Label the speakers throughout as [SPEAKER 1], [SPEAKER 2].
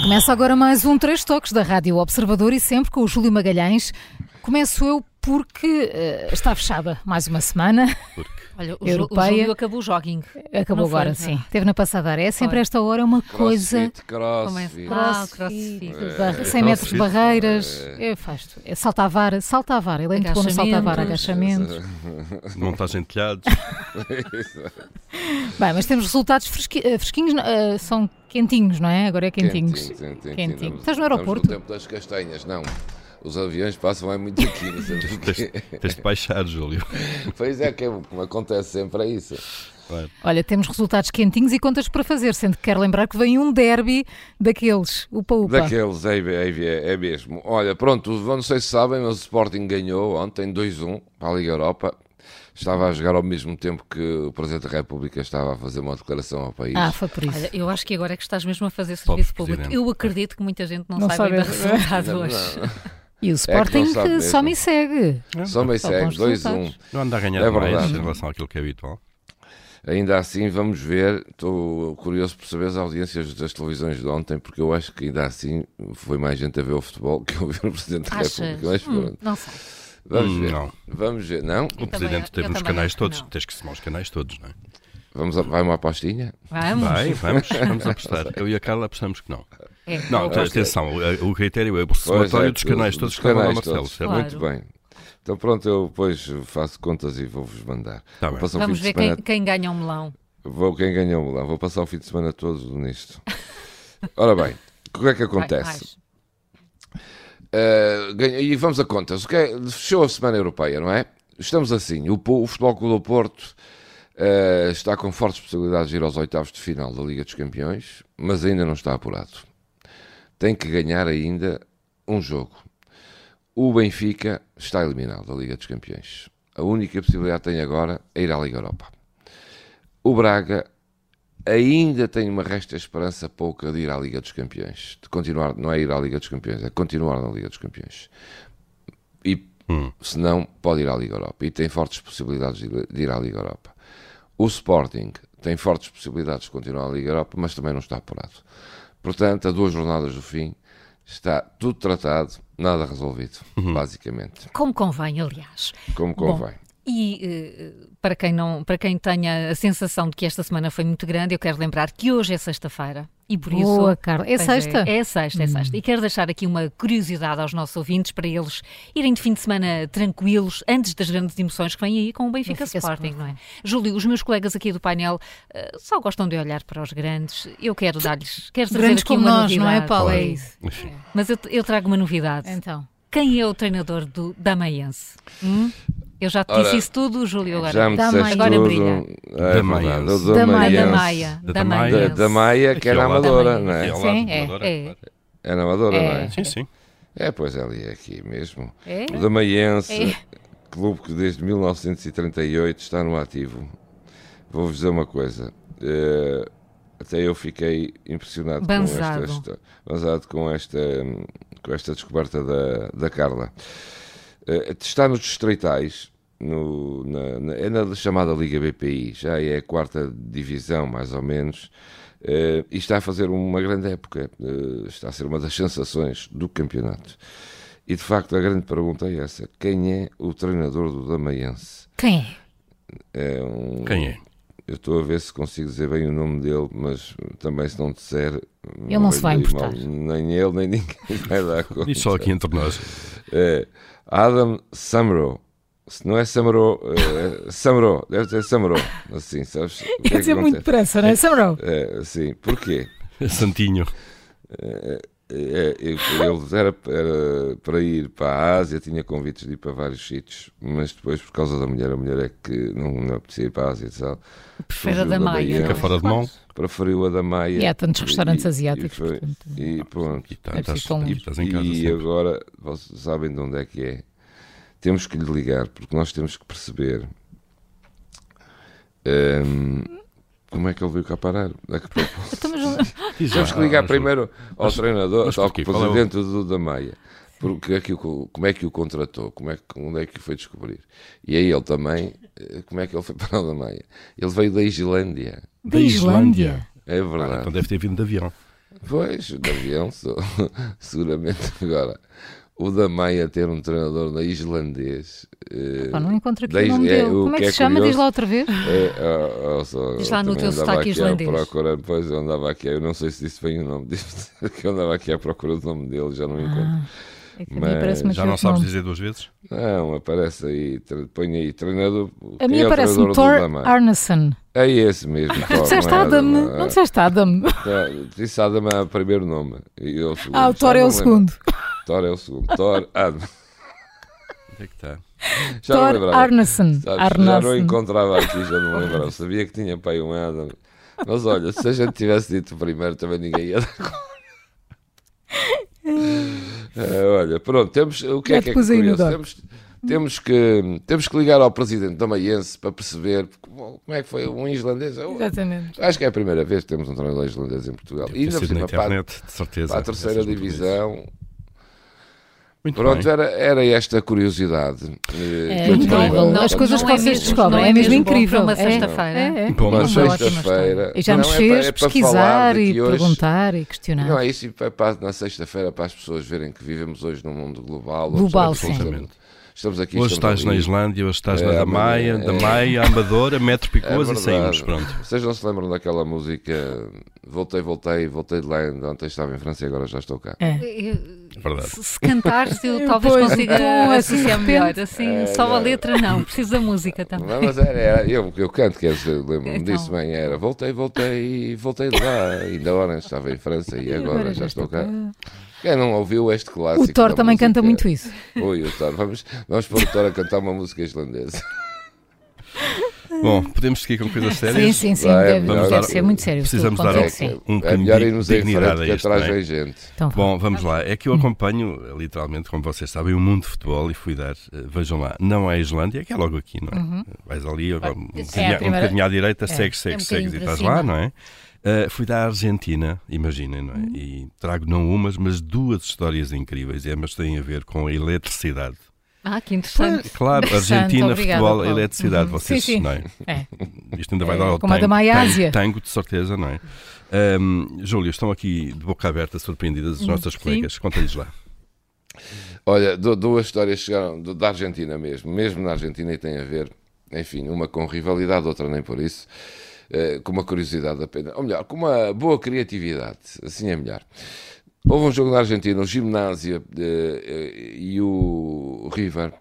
[SPEAKER 1] começa agora mais um Três Toques da Rádio Observador e sempre com o Júlio Magalhães. Começo eu porque eh, está fechada mais uma semana.
[SPEAKER 2] Olha, o, Ju- o
[SPEAKER 1] Europeia.
[SPEAKER 2] Júlio acabou o jogging.
[SPEAKER 3] É.
[SPEAKER 1] Acabou
[SPEAKER 2] Não foi,
[SPEAKER 1] agora,
[SPEAKER 2] não.
[SPEAKER 1] sim. Teve na passada hora. É sempre
[SPEAKER 2] Foi.
[SPEAKER 1] esta hora uma coisa.
[SPEAKER 4] Crossfit, crossfit.
[SPEAKER 2] Começa. Ah, crossfit.
[SPEAKER 1] barra-
[SPEAKER 4] É,
[SPEAKER 1] 100 metros de
[SPEAKER 4] crossfit,
[SPEAKER 1] barreiras,
[SPEAKER 4] é.
[SPEAKER 1] eu faço. tudo. É salta a vara, salta a vara. Ele entrou no salta a vara, agachamentos.
[SPEAKER 3] Montagem de telhados.
[SPEAKER 1] Bem, mas temos resultados fresqui- eh, fresquinhos, não- eh, são quentinhos, não é? Agora é quentinhos. Quentinho. Estás no aeroporto?
[SPEAKER 4] Estamos no tempo das castanhas, não. Os aviões passam é muito aqui, não sei porquê.
[SPEAKER 3] Tens de baixar, Júlio.
[SPEAKER 4] Pois é, que é, o que me acontece sempre é isso.
[SPEAKER 3] Claro.
[SPEAKER 1] Olha, temos resultados quentinhos e contas para fazer, sendo que quero lembrar que vem um derby daqueles, upa-upa.
[SPEAKER 4] Daqueles, é, é, é mesmo. Olha, pronto, não sei se sabem, mas o Sporting ganhou ontem 2-1 para a Liga Europa. Estava a jogar ao mesmo tempo que o Presidente da República estava a fazer uma declaração ao país.
[SPEAKER 1] Ah, foi por isso.
[SPEAKER 2] Olha, eu acho que agora é que estás mesmo a fazer
[SPEAKER 3] Pobre
[SPEAKER 2] serviço público.
[SPEAKER 3] presidente. É
[SPEAKER 2] Eu acredito que muita gente não,
[SPEAKER 1] Não
[SPEAKER 2] saiba ainda o
[SPEAKER 1] sabe.
[SPEAKER 2] resultado
[SPEAKER 4] Não, não.
[SPEAKER 2] hoje.
[SPEAKER 1] e o Sporting
[SPEAKER 4] sabe
[SPEAKER 1] que só
[SPEAKER 4] mesmo.
[SPEAKER 1] me segue.
[SPEAKER 4] Só meio
[SPEAKER 1] Só
[SPEAKER 4] segue,
[SPEAKER 1] bons
[SPEAKER 4] 2-1.
[SPEAKER 1] resultados.
[SPEAKER 3] Não anda a ganhar
[SPEAKER 4] É
[SPEAKER 3] mais
[SPEAKER 4] verdade.
[SPEAKER 3] em relação àquilo que é habitual.
[SPEAKER 4] Ainda assim, vamos ver. Estou curioso por saber as audiências das televisões de ontem, porque eu acho que ainda assim foi mais gente a ver o futebol que a ouvir o Presidente da
[SPEAKER 2] Achas?
[SPEAKER 4] República. Mas
[SPEAKER 2] Hum,
[SPEAKER 4] pronto,
[SPEAKER 2] não sei.
[SPEAKER 4] vamos
[SPEAKER 3] Hum,
[SPEAKER 4] ver.
[SPEAKER 3] não.
[SPEAKER 4] Vamos ver. Não?
[SPEAKER 3] O
[SPEAKER 2] também-
[SPEAKER 3] Presidente
[SPEAKER 2] eu
[SPEAKER 3] teve nos
[SPEAKER 2] também
[SPEAKER 3] canais
[SPEAKER 2] acho que
[SPEAKER 3] todos.
[SPEAKER 2] não.
[SPEAKER 3] Tens que somar os canais todos, não é?
[SPEAKER 4] Vamos a- vai uma apostinha?
[SPEAKER 2] Vamos.
[SPEAKER 3] Vai, vamos, vamos apostar. Eu e a Carla apostamos que não.
[SPEAKER 2] É,
[SPEAKER 3] Não,
[SPEAKER 2] vou-
[SPEAKER 3] atenção, o- o critério é o
[SPEAKER 4] Pois
[SPEAKER 3] somatório
[SPEAKER 4] é,
[SPEAKER 3] dos canais todos
[SPEAKER 4] dos
[SPEAKER 3] que estavam lá,
[SPEAKER 4] canais
[SPEAKER 3] Marcelo,
[SPEAKER 4] todos.
[SPEAKER 3] certo?
[SPEAKER 2] Claro.
[SPEAKER 4] Muito bem. Então pronto, eu depois faço contas e vou-vos mandar.
[SPEAKER 3] Tá
[SPEAKER 4] vou
[SPEAKER 3] bem.
[SPEAKER 4] passar o
[SPEAKER 2] vamos
[SPEAKER 4] fim de
[SPEAKER 2] ver
[SPEAKER 4] semana
[SPEAKER 2] quem, quem ganha o melão.
[SPEAKER 4] Vou quem ganhou lá, vou passar o fim de semana todo nisto. Ora bem, o que é
[SPEAKER 2] Vai,
[SPEAKER 4] que acontece?
[SPEAKER 2] vais.
[SPEAKER 4] Uh, ganha- e vamos a contas. O que é- fechou a Semana Europeia, não é? Estamos assim. O, Po- o Futebol Clube do Porto uh, está com fortes possibilidades de ir aos oitavos de final da Liga dos Campeões, mas ainda não está apurado. Tem que ganhar ainda um jogo. O Benfica está eliminado da Liga dos Campeões. A única possibilidade que tem agora é ir à Liga Europa. O Braga ainda tem uma resta esperança pouca de ir à Liga dos Campeões. De continuar, não é ir à Liga dos Campeões, é continuar na Liga dos Campeões. E se não, pode ir à Liga Europa. E tem fortes possibilidades de ir- de ir à Liga Europa. O Sporting tem fortes possibilidades de continuar na Liga Europa, mas também não está apurado. Portanto, a duas jornadas do fim, está tudo tratado, nada resolvido, basicamente,
[SPEAKER 2] Como convém, aliás.
[SPEAKER 4] como
[SPEAKER 2] Bom,
[SPEAKER 4] convém.
[SPEAKER 2] E eh, para quem, não, para quem tenha a sensação de que esta semana foi muito grande, eu quero lembrar que hoje é sexta-feira e por isso.
[SPEAKER 1] Boa, Carla. É
[SPEAKER 2] Pois
[SPEAKER 1] sexta? Hum.
[SPEAKER 2] É, sexta, é sexta. E quero deixar aqui uma curiosidade aos nossos ouvintes para eles irem de fim de semana tranquilos antes das grandes emoções que vêm aí com o Benfica,
[SPEAKER 1] Benfica
[SPEAKER 2] Sporting,
[SPEAKER 1] Sporting.
[SPEAKER 2] não é? Júlio, os meus colegas aqui do painel eh, só gostam de olhar para os grandes. Eu quero dar-lhes. Quero trazer
[SPEAKER 1] Grandes
[SPEAKER 2] aqui
[SPEAKER 1] como
[SPEAKER 2] uma
[SPEAKER 1] nós, não
[SPEAKER 2] novidade.
[SPEAKER 1] é, Paulo? É
[SPEAKER 3] Claro.
[SPEAKER 1] isso.
[SPEAKER 3] Enfim,
[SPEAKER 2] Mas eu, eu trago uma novidade.
[SPEAKER 1] Então,
[SPEAKER 2] Quem é o treinador do Damaense? Hum? Eu já te
[SPEAKER 4] Ora,
[SPEAKER 2] disse isso tudo, Júlio, agora.
[SPEAKER 4] Já me
[SPEAKER 1] Da
[SPEAKER 4] disseste
[SPEAKER 2] Maia. Agora
[SPEAKER 4] tudo.
[SPEAKER 2] brilha.
[SPEAKER 4] É
[SPEAKER 3] Da
[SPEAKER 4] verdade,
[SPEAKER 3] Maia.
[SPEAKER 4] eu sou
[SPEAKER 1] Da Maia.
[SPEAKER 2] Ah, Da
[SPEAKER 4] maiense.
[SPEAKER 2] Maia.
[SPEAKER 3] Da
[SPEAKER 2] Da
[SPEAKER 3] Maia.
[SPEAKER 4] da,
[SPEAKER 2] Maia.
[SPEAKER 4] da Maia, que era
[SPEAKER 3] Aqui ao lado.
[SPEAKER 4] amadora,
[SPEAKER 2] Também.
[SPEAKER 4] não
[SPEAKER 3] e ao
[SPEAKER 4] é?
[SPEAKER 3] lado
[SPEAKER 1] Sim,
[SPEAKER 3] de
[SPEAKER 1] é,
[SPEAKER 3] Amadora,
[SPEAKER 2] é.
[SPEAKER 3] claro.
[SPEAKER 4] Era amadora, não é?
[SPEAKER 3] Sim, sim.
[SPEAKER 4] É, pois ali é aqui mesmo.
[SPEAKER 2] É?
[SPEAKER 4] O da Maiense, clube que desde 1938 está no ativo. Vou-vos dizer uma coisa. eh, até eu fiquei impressionado
[SPEAKER 2] Banzado.
[SPEAKER 4] com esta, esta- banzado com esta, hum, com esta descoberta da, da Carla. Eh, está nos distritais, no- na, na- é na chamada Liga BPI, já é a quarta divisão, mais ou menos, eh, e está a fazer uma grande época, eh, está a ser uma das sensações do campeonato. E de facto a grande pergunta é essa: quem é o treinador do Damaiense?
[SPEAKER 1] quem é?
[SPEAKER 4] É um-
[SPEAKER 3] Quem é?
[SPEAKER 4] Eu estou a ver se consigo dizer bem o nome dele, mas também se não disser.
[SPEAKER 1] Ele não se vai
[SPEAKER 4] lhe mal.
[SPEAKER 1] importar.
[SPEAKER 4] Nem ele, nem ninguém vai dar conta.
[SPEAKER 3] E só aqui entre nós.
[SPEAKER 4] É, Adam Samro. Se não é Samro, é Samro, deve ser Samro. Assim, sabes? O que é
[SPEAKER 1] Quer
[SPEAKER 4] que
[SPEAKER 1] dizer, muito
[SPEAKER 4] acontece?
[SPEAKER 1] depressa, não é, Samro?
[SPEAKER 4] É, sim, porquê?
[SPEAKER 3] Santinho.
[SPEAKER 4] É, eu- ele era, era para ir para a Ásia, tinha convites de ir para vários sítios, mas depois, por causa da mulher, a mulher é que não, não apetecia ir para a Ásia e tal.
[SPEAKER 2] Prefiro a da
[SPEAKER 4] Júlio da
[SPEAKER 2] Maia.
[SPEAKER 4] Maia.
[SPEAKER 3] Fica
[SPEAKER 2] não é?
[SPEAKER 3] fora de mão.
[SPEAKER 4] Preferiu a da Maia.
[SPEAKER 1] E há tantos
[SPEAKER 4] E-
[SPEAKER 1] restaurantes
[SPEAKER 4] e-
[SPEAKER 1] asiáticos,
[SPEAKER 4] E, foi-
[SPEAKER 1] portanto,
[SPEAKER 4] e pronto.
[SPEAKER 3] E tá-
[SPEAKER 1] É preciso
[SPEAKER 3] estás
[SPEAKER 1] tão longe.
[SPEAKER 3] estás em casa
[SPEAKER 4] e
[SPEAKER 3] sempre.
[SPEAKER 4] agora, vocês sabem de onde é que é? Temos que lhe ligar, porque nós temos que perceber hum, como é que ele veio cá parar. A que propósito.
[SPEAKER 1] Então, mas-
[SPEAKER 3] Diz
[SPEAKER 4] temos
[SPEAKER 3] lá,
[SPEAKER 4] que ligar
[SPEAKER 3] Júlio.
[SPEAKER 4] primeiro ao
[SPEAKER 3] Ah, mas-
[SPEAKER 4] treinador,
[SPEAKER 3] mas
[SPEAKER 4] ao
[SPEAKER 3] porquê? Qual é o-
[SPEAKER 4] presidente do da Maia. Porque é que o- como é que o contratou? Como é que, onde é que o foi descobrir? E aí ele também, eh, como é que ele foi para o da Maia? Ele veio da Islândia.
[SPEAKER 1] Da Islândia.
[SPEAKER 4] É
[SPEAKER 3] Ah,
[SPEAKER 4] verdade.
[SPEAKER 3] Então deve ter vindo de avião.
[SPEAKER 4] Pois, o Daviense, seguramente agora. O da Meia ter um treinador na islandês. eh,
[SPEAKER 1] Pá, não encontro aqui
[SPEAKER 4] Diz-
[SPEAKER 1] o nome
[SPEAKER 4] é,
[SPEAKER 1] dele.
[SPEAKER 4] o
[SPEAKER 1] Como é
[SPEAKER 4] que
[SPEAKER 1] que,
[SPEAKER 4] é
[SPEAKER 1] se chama? Diz
[SPEAKER 4] curioso-
[SPEAKER 1] lá outra vez.
[SPEAKER 4] É, ah, ah, só-
[SPEAKER 2] Diz lá
[SPEAKER 4] eu
[SPEAKER 2] no
[SPEAKER 4] também
[SPEAKER 2] teu
[SPEAKER 4] andava
[SPEAKER 2] sotaque
[SPEAKER 4] aqui à
[SPEAKER 2] islandês.
[SPEAKER 4] procura, pois eu andava aqui, eu não sei se disse bem o nome disso, que eu andava aqui à procura do nome dele, já não encontro.
[SPEAKER 1] Ah, é que a mim
[SPEAKER 4] Mas
[SPEAKER 1] parece-me
[SPEAKER 3] Já
[SPEAKER 1] aquele
[SPEAKER 3] não sabes
[SPEAKER 1] nome.
[SPEAKER 3] dizer duas vezes?
[SPEAKER 4] Não, aparece aí, tre- põe aí, treinador.
[SPEAKER 1] A
[SPEAKER 4] quem
[SPEAKER 1] minha
[SPEAKER 4] é o
[SPEAKER 1] parece-me
[SPEAKER 4] treinador do
[SPEAKER 1] Thor
[SPEAKER 4] Dama?
[SPEAKER 1] Arneson.
[SPEAKER 4] É esse mesmo. Thor,
[SPEAKER 1] Tu disseste
[SPEAKER 4] não é
[SPEAKER 1] Adam?
[SPEAKER 4] Dama,
[SPEAKER 1] Não disseste Adam?
[SPEAKER 4] é, Disse Adam é o primeiro nome. E eu o segundo.
[SPEAKER 1] Ah, o Thor
[SPEAKER 4] Já
[SPEAKER 1] é
[SPEAKER 4] não
[SPEAKER 1] o
[SPEAKER 4] lembro.
[SPEAKER 1] segundo.
[SPEAKER 4] Thor é o segundo. Thor Adam.
[SPEAKER 3] Onde é que está?
[SPEAKER 4] Já não
[SPEAKER 1] Thor
[SPEAKER 4] lembrava.
[SPEAKER 1] Arneson.
[SPEAKER 4] Sabes, já não
[SPEAKER 1] Arneson.
[SPEAKER 4] encontrava aqui, já não lembrava. Sabia que tinha pai um Adam. Mas olha, se a gente tivesse dito primeiro, também ninguém ia dar conta. Eh, olha, pronto, temos. O que
[SPEAKER 1] Já
[SPEAKER 4] é
[SPEAKER 1] te
[SPEAKER 4] que é
[SPEAKER 1] pus aí no
[SPEAKER 4] curioso?
[SPEAKER 1] doc.
[SPEAKER 4] Temos, temos, que, temos que ligar ao presidente da Maiense para perceber como, como é que foi um islandês. Eu-
[SPEAKER 1] Exatamente.
[SPEAKER 4] acho que é a primeira vez que temos um treinador islandês em Portugal.
[SPEAKER 3] Deve
[SPEAKER 4] E
[SPEAKER 3] ter
[SPEAKER 4] ainda por
[SPEAKER 3] sido na
[SPEAKER 4] cima, para, a-
[SPEAKER 3] internet, de certeza.
[SPEAKER 4] para a terceira
[SPEAKER 3] essas notícias.
[SPEAKER 4] divisão.
[SPEAKER 3] Muito
[SPEAKER 4] Pronto,
[SPEAKER 3] bem.
[SPEAKER 4] era, era esta curiosidade.
[SPEAKER 2] É
[SPEAKER 4] eh, que eu
[SPEAKER 3] incrível.
[SPEAKER 4] tinha.
[SPEAKER 1] incrível.
[SPEAKER 2] não-
[SPEAKER 1] As coisas
[SPEAKER 2] não
[SPEAKER 1] que
[SPEAKER 2] é
[SPEAKER 1] vocês
[SPEAKER 2] mesmo-
[SPEAKER 1] descobrem.
[SPEAKER 2] não
[SPEAKER 1] É
[SPEAKER 2] é
[SPEAKER 1] mesmo
[SPEAKER 2] mesmo bom
[SPEAKER 1] incrível.
[SPEAKER 2] para uma
[SPEAKER 1] É,
[SPEAKER 2] sexta-feira.
[SPEAKER 1] é, é.
[SPEAKER 3] Bom,
[SPEAKER 4] Uma
[SPEAKER 3] mas
[SPEAKER 2] Uma ótima
[SPEAKER 4] sexta-feira.
[SPEAKER 1] E já
[SPEAKER 4] Não,
[SPEAKER 1] nos
[SPEAKER 4] é
[SPEAKER 1] fez
[SPEAKER 4] para- é para falar
[SPEAKER 1] pesquisar
[SPEAKER 4] de
[SPEAKER 1] e
[SPEAKER 4] que hoje-
[SPEAKER 1] perguntar e questionar.
[SPEAKER 4] Não, é isso, e para, para- na sexta-feira, para as pessoas verem que vivemos hoje num mundo global.
[SPEAKER 1] Global,
[SPEAKER 4] Estamos-
[SPEAKER 1] sim.
[SPEAKER 4] Estamos, estamos aqui.
[SPEAKER 3] Hoje
[SPEAKER 4] estamos
[SPEAKER 3] estás
[SPEAKER 4] ali.
[SPEAKER 3] na Islândia, hoje estás
[SPEAKER 4] É,
[SPEAKER 3] na da
[SPEAKER 4] amanhã,
[SPEAKER 3] Maia, da
[SPEAKER 4] é.
[SPEAKER 3] Maia, Amadora, Metro Picoas
[SPEAKER 4] É
[SPEAKER 3] e saímos.
[SPEAKER 4] verdade.
[SPEAKER 3] Pronto.
[SPEAKER 4] Vocês não se lembram daquela música Voltei, voltei, voltei de lá ainda ontem estava em França e agora já estou cá.
[SPEAKER 1] É.
[SPEAKER 2] Eu-
[SPEAKER 3] Verdade.
[SPEAKER 2] Se, se cantares, eu
[SPEAKER 1] Eu
[SPEAKER 2] talvez
[SPEAKER 1] pois,
[SPEAKER 2] consiga
[SPEAKER 1] tu, assim, de
[SPEAKER 2] associar melhor.
[SPEAKER 1] repente.
[SPEAKER 2] Assim,
[SPEAKER 4] É,
[SPEAKER 2] só a
[SPEAKER 4] não.
[SPEAKER 2] letra não, preciso da música também.
[SPEAKER 4] Não, mas era, era- eu, eu canto, quer dizer, lembro-me
[SPEAKER 2] Então.
[SPEAKER 4] disso bem, era voltei, voltei, voltei de lá, ainda ontem estava em França e agora já estou cá. Quem não ouviu este clássico?
[SPEAKER 1] O Thor
[SPEAKER 4] da
[SPEAKER 1] também
[SPEAKER 4] música-
[SPEAKER 1] canta muito isso.
[SPEAKER 4] Oi, o Thor, vamos, vamos pôr o Thor a cantar uma música islandesa.
[SPEAKER 3] Bom, podemos seguir com coisas
[SPEAKER 1] Sim,
[SPEAKER 3] sérias?
[SPEAKER 1] sim, sim.
[SPEAKER 4] Vai,
[SPEAKER 1] Deve,
[SPEAKER 3] vamos
[SPEAKER 1] deve
[SPEAKER 3] Ah, é dar-
[SPEAKER 1] ser muito sério.
[SPEAKER 3] precisamos
[SPEAKER 1] tudo,
[SPEAKER 3] dar
[SPEAKER 1] contigo,
[SPEAKER 3] ao-
[SPEAKER 1] sim.
[SPEAKER 3] um
[SPEAKER 4] é
[SPEAKER 3] bocadinho
[SPEAKER 4] melhor
[SPEAKER 3] de
[SPEAKER 4] irmos em
[SPEAKER 3] dignidade
[SPEAKER 4] frente
[SPEAKER 3] a
[SPEAKER 4] que
[SPEAKER 3] isto,
[SPEAKER 4] atrás
[SPEAKER 3] não é?
[SPEAKER 4] vem gente.
[SPEAKER 1] Então, vá.
[SPEAKER 3] Bom, vamos lá. É que eu acompanho, literalmente, como vocês sabem, o mundo de futebol e fui dar. eh, Vejam lá, não é a Islândia, que é logo aqui, não é? Vais ali, agora, um,
[SPEAKER 1] é a
[SPEAKER 3] bocadinho, um
[SPEAKER 1] primeira-
[SPEAKER 3] bocadinho à direita, segue,
[SPEAKER 2] é um
[SPEAKER 3] segue,
[SPEAKER 2] bocadinho
[SPEAKER 3] segue e
[SPEAKER 2] para
[SPEAKER 3] estás
[SPEAKER 2] cima.
[SPEAKER 3] lá, não é? Eh, fui dar à Argentina, imaginem, não é? E trago não umas, mas duas histórias incríveis. E ambas têm a ver com a eletricidade.
[SPEAKER 2] Ah, que interessante.
[SPEAKER 3] Claro,
[SPEAKER 1] Interessante,
[SPEAKER 3] Argentina,
[SPEAKER 1] obrigada,
[SPEAKER 3] futebol,
[SPEAKER 1] Paulo.
[SPEAKER 3] eletricidade.
[SPEAKER 1] Uhum.
[SPEAKER 3] Vocês,
[SPEAKER 1] Sim, sim.
[SPEAKER 3] não é?
[SPEAKER 1] É.
[SPEAKER 3] Isto ainda vai
[SPEAKER 1] É,
[SPEAKER 3] dar ao
[SPEAKER 1] como a da
[SPEAKER 3] tango,
[SPEAKER 1] Malásia.
[SPEAKER 3] tango, tango, de certeza, não é? Ahm, Júlio, estão aqui de boca aberta, surpreendidas
[SPEAKER 1] Uhum.
[SPEAKER 3] as nossas colegas. Conta-lhes lá.
[SPEAKER 4] Olha, du- duas histórias chegaram do- da Argentina mesmo, mesmo na Argentina e tem a ver, enfim, uma com rivalidade, outra nem por isso, eh, com uma curiosidade apenas, ou melhor, com uma boa criatividade, assim é melhor. Houve um jogo na Argentina, o Gimnásia eh, eh, e o River,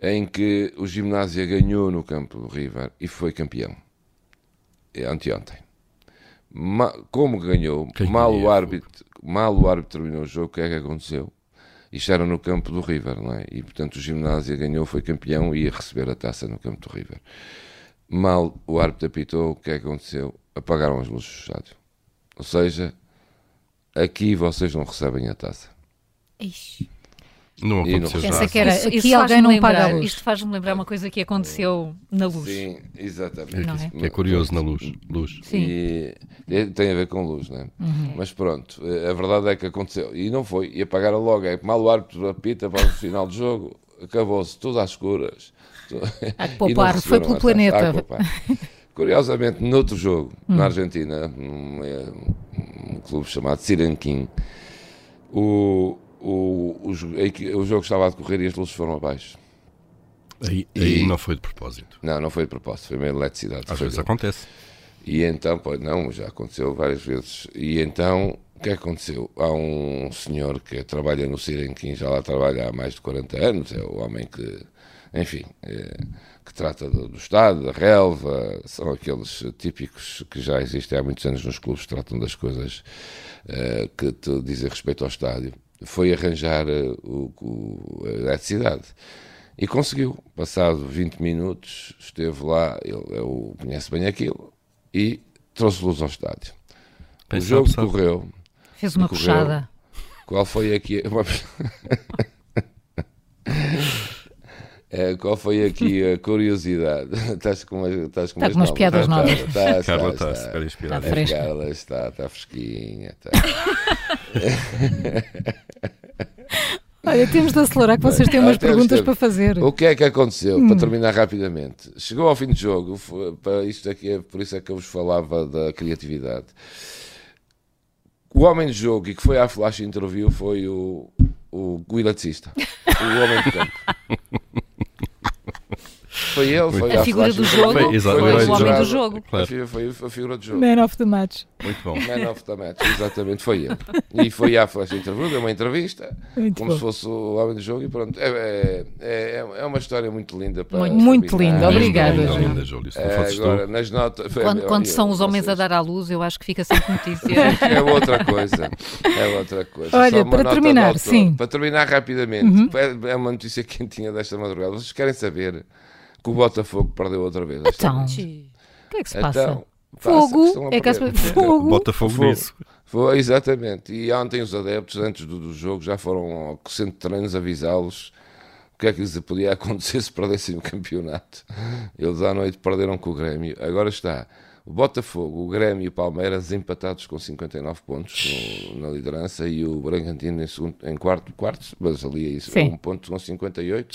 [SPEAKER 4] em que o Gimnásia ganhou no campo do River e foi campeão, Eh, anteontem. Ma- como ganhou,
[SPEAKER 3] Quem
[SPEAKER 4] mal o
[SPEAKER 3] diria,
[SPEAKER 4] árbitro, mal o árbitro terminou o jogo, o que é que aconteceu? Isto era no campo do River, não é? E portanto o Gimnásia ganhou, foi campeão e ia receber a taça no campo do River. Mal o árbitro apitou, o que é que aconteceu? Apagaram as luzes do estádio. Ou seja, aqui vocês não recebem a taça.
[SPEAKER 1] Ixi.
[SPEAKER 3] Não
[SPEAKER 4] E não
[SPEAKER 3] aconteceu
[SPEAKER 4] sei. é
[SPEAKER 3] nada.
[SPEAKER 1] Pensa que era
[SPEAKER 2] Isso-
[SPEAKER 1] aqui
[SPEAKER 2] isso
[SPEAKER 1] alguém
[SPEAKER 2] faz-me
[SPEAKER 1] não paga a
[SPEAKER 2] lembrar-
[SPEAKER 1] luz.
[SPEAKER 2] Isto faz-me lembrar uma coisa que aconteceu na luz.
[SPEAKER 4] Sim, exatamente.
[SPEAKER 2] Não é?
[SPEAKER 3] Que é curioso na luz. luz.
[SPEAKER 2] Sim.
[SPEAKER 4] E e tem a ver com luz, né?
[SPEAKER 1] Uhum.
[SPEAKER 4] Mas pronto, eh, a verdade é que aconteceu. E não foi. E apagaram logo. É que mal o árbitro apita para o final do jogo. Acabou-se tudo às escuras. Tu-
[SPEAKER 1] Há que
[SPEAKER 4] E não
[SPEAKER 1] poupar. Foi
[SPEAKER 4] receberam
[SPEAKER 1] pelo
[SPEAKER 4] a taça.
[SPEAKER 1] planeta. Hum.
[SPEAKER 4] Há que poupar. Curiosamente, noutro jogo, na Argentina, num, eh, um clube chamado Siranquim, o, o, o, jo- a equi- o jogo estava a decorrer e as luzes foram abaixo.
[SPEAKER 3] Aí, aí
[SPEAKER 4] E-
[SPEAKER 3] não foi de propósito.
[SPEAKER 4] Não, não foi de propósito, foi mesmo eletricidade.
[SPEAKER 3] Às
[SPEAKER 4] foi
[SPEAKER 3] vezes
[SPEAKER 4] mesmo.
[SPEAKER 3] acontece.
[SPEAKER 4] E então, pois não, já aconteceu várias vezes. E então, o que é que aconteceu? Há um senhor que trabalha no Sirenquim, já lá trabalha há mais de 40 anos, é o homem que, enfim, eh, que trata do, do Estado, da relva, são aqueles típicos que já existem há muitos anos nos clubes, que tratam das coisas eh, que te dizem respeito ao estádio. Foi arranjar eh, o, o, a eletricidade. E conseguiu. Passado 20 minutos, esteve lá, ele eu conhece bem aquilo, e trouxe luz ao estádio. O
[SPEAKER 3] Pensa,
[SPEAKER 4] jogo
[SPEAKER 3] sabe?
[SPEAKER 4] correu.
[SPEAKER 2] Fez uma
[SPEAKER 4] Correu.
[SPEAKER 2] puxada.
[SPEAKER 4] Qual foi aqui. uma- Eh, Qual foi aqui a curiosidade? Estás com umas, estás com
[SPEAKER 1] Está
[SPEAKER 4] umas
[SPEAKER 1] Tá com umas piadas
[SPEAKER 4] não é?
[SPEAKER 1] novas.
[SPEAKER 4] Está, está, está,
[SPEAKER 3] Carla tá, está
[SPEAKER 4] está.
[SPEAKER 3] super inspirada.
[SPEAKER 1] Está fresca.
[SPEAKER 4] A Carla está, está fresquinha. Está.
[SPEAKER 1] Olha, temos de acelerar que vocês têm
[SPEAKER 4] Ah,
[SPEAKER 1] umas
[SPEAKER 4] temos,
[SPEAKER 1] perguntas
[SPEAKER 4] temos.
[SPEAKER 1] para fazer.
[SPEAKER 4] O que é que aconteceu? Para terminar rapidamente, chegou ao fim do jogo, é foi- para isto aqui, é- por isso é que eu vos falava da criatividade. O homem de jogo e que foi à flash interview foi o, o guilaticista. O homem de campo. Foi ele, foi
[SPEAKER 2] A
[SPEAKER 4] à
[SPEAKER 2] figura
[SPEAKER 4] flash
[SPEAKER 2] do
[SPEAKER 4] interview.
[SPEAKER 2] jogo
[SPEAKER 3] Foi, exato,
[SPEAKER 2] foi
[SPEAKER 3] foi
[SPEAKER 2] o homem do
[SPEAKER 4] jurado.
[SPEAKER 2] jogo.
[SPEAKER 4] A
[SPEAKER 3] Claro.
[SPEAKER 4] fi- Foi a figura do jogo.
[SPEAKER 5] Man of the match.
[SPEAKER 3] Muito bom.
[SPEAKER 4] Man of the match, exatamente, foi ele. E foi à flash interview, deu uma entrevista,
[SPEAKER 5] Muito
[SPEAKER 4] como
[SPEAKER 5] bom.
[SPEAKER 4] se fosse o homem do jogo e pronto. É, é, é, é uma história muito linda. Para
[SPEAKER 1] Muito- muito
[SPEAKER 4] terminar.
[SPEAKER 1] linda, Obrigada,
[SPEAKER 3] Linda,
[SPEAKER 1] João.
[SPEAKER 3] linda, Júlio. Se não
[SPEAKER 4] É,
[SPEAKER 3] fosses tu,
[SPEAKER 4] agora, nas notas... foi-
[SPEAKER 2] Quando, quando
[SPEAKER 4] eu-
[SPEAKER 2] são os homens a
[SPEAKER 4] vocês-
[SPEAKER 2] dar à luz, eu acho que fica sempre notícia.
[SPEAKER 4] É outra coisa. É outra coisa.
[SPEAKER 1] Olha,
[SPEAKER 4] Só uma
[SPEAKER 1] para
[SPEAKER 4] nota de
[SPEAKER 1] terminar,
[SPEAKER 4] autor.
[SPEAKER 1] sim. Uhum.
[SPEAKER 4] Para terminar rapidamente, é- é uma notícia quentinha desta madrugada. Vocês querem saber que o Botafogo perdeu outra vez? esta
[SPEAKER 1] Então,
[SPEAKER 4] noite?
[SPEAKER 3] assim.
[SPEAKER 1] O que é que se
[SPEAKER 4] Então,
[SPEAKER 1] passa?
[SPEAKER 3] tá,
[SPEAKER 4] passa que
[SPEAKER 1] Fogo
[SPEAKER 4] estão a
[SPEAKER 1] é que as...
[SPEAKER 4] perder.
[SPEAKER 1] Fogo.
[SPEAKER 3] bota fogo,
[SPEAKER 4] Fogo.
[SPEAKER 3] nisso.
[SPEAKER 4] Foi, exatamente. E ontem os adeptos, antes do, do jogo, já foram ao centro de treinos avisá-los o que é que lhes podia acontecer se perdessem o campeonato. Eles à noite perderam com o Grêmio. Agora está o Botafogo, o Grêmio e o Palmeiras empatados com 59 pontos no- na liderança e o Bragantino em, segundo, em quarto, quarto, mas ali é isso,
[SPEAKER 1] Sim.
[SPEAKER 4] um ponto com 58.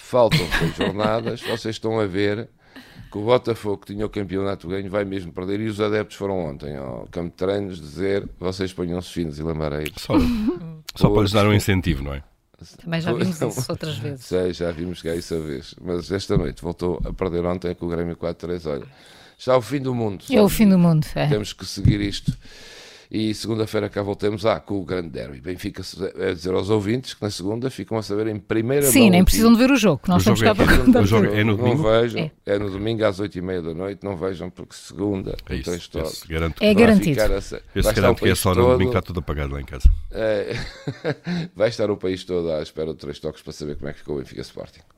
[SPEAKER 4] Faltam seis jornadas, vocês estão a ver que o Botafogo que tinha o campeonato ganho vai mesmo perder e os adeptos foram ontem ao campo de treinos dizer vocês ponham-se finos e lambareiros.
[SPEAKER 3] Só, só para lhes dar um incentivo, não é?
[SPEAKER 2] Também já vimos isso outras vezes.
[SPEAKER 4] Então, Sei, já vimos que é isso a vez, mas esta noite voltou a perder ontem com o Grêmio 4-3, olha, está o fim do mundo.
[SPEAKER 1] É o fim do mundo. é.
[SPEAKER 4] Temos que seguir isto. E segunda-feira cá voltamos ah, com o grande derby. Benfica a dizer aos ouvintes que na segunda ficam a saber em primeira
[SPEAKER 1] Sim,
[SPEAKER 4] mão
[SPEAKER 1] nem
[SPEAKER 4] o
[SPEAKER 1] precisam de ver o jogo. que Nós
[SPEAKER 3] O
[SPEAKER 1] estamos
[SPEAKER 3] jogo
[SPEAKER 1] cá
[SPEAKER 3] é
[SPEAKER 1] para
[SPEAKER 3] aqui.
[SPEAKER 1] contar.
[SPEAKER 3] O jogo é no
[SPEAKER 4] Não
[SPEAKER 3] domingo?
[SPEAKER 4] vejam,
[SPEAKER 2] É.
[SPEAKER 4] é. no domingo às 8h30 da noite, não vejam, porque segunda
[SPEAKER 3] É
[SPEAKER 4] não
[SPEAKER 3] isso.
[SPEAKER 4] tem estoque.
[SPEAKER 3] Esse garanto,
[SPEAKER 1] É
[SPEAKER 3] que-
[SPEAKER 1] garantido.
[SPEAKER 4] Ficar a se-
[SPEAKER 3] esse
[SPEAKER 4] vai estar o
[SPEAKER 3] garanto que
[SPEAKER 4] país
[SPEAKER 3] essa hora é no domingo
[SPEAKER 4] todo-
[SPEAKER 3] está tudo apagado lá em casa.
[SPEAKER 4] é, vai estar o país todo à espera de três toques para saber como é que ficou o Benfica Sporting.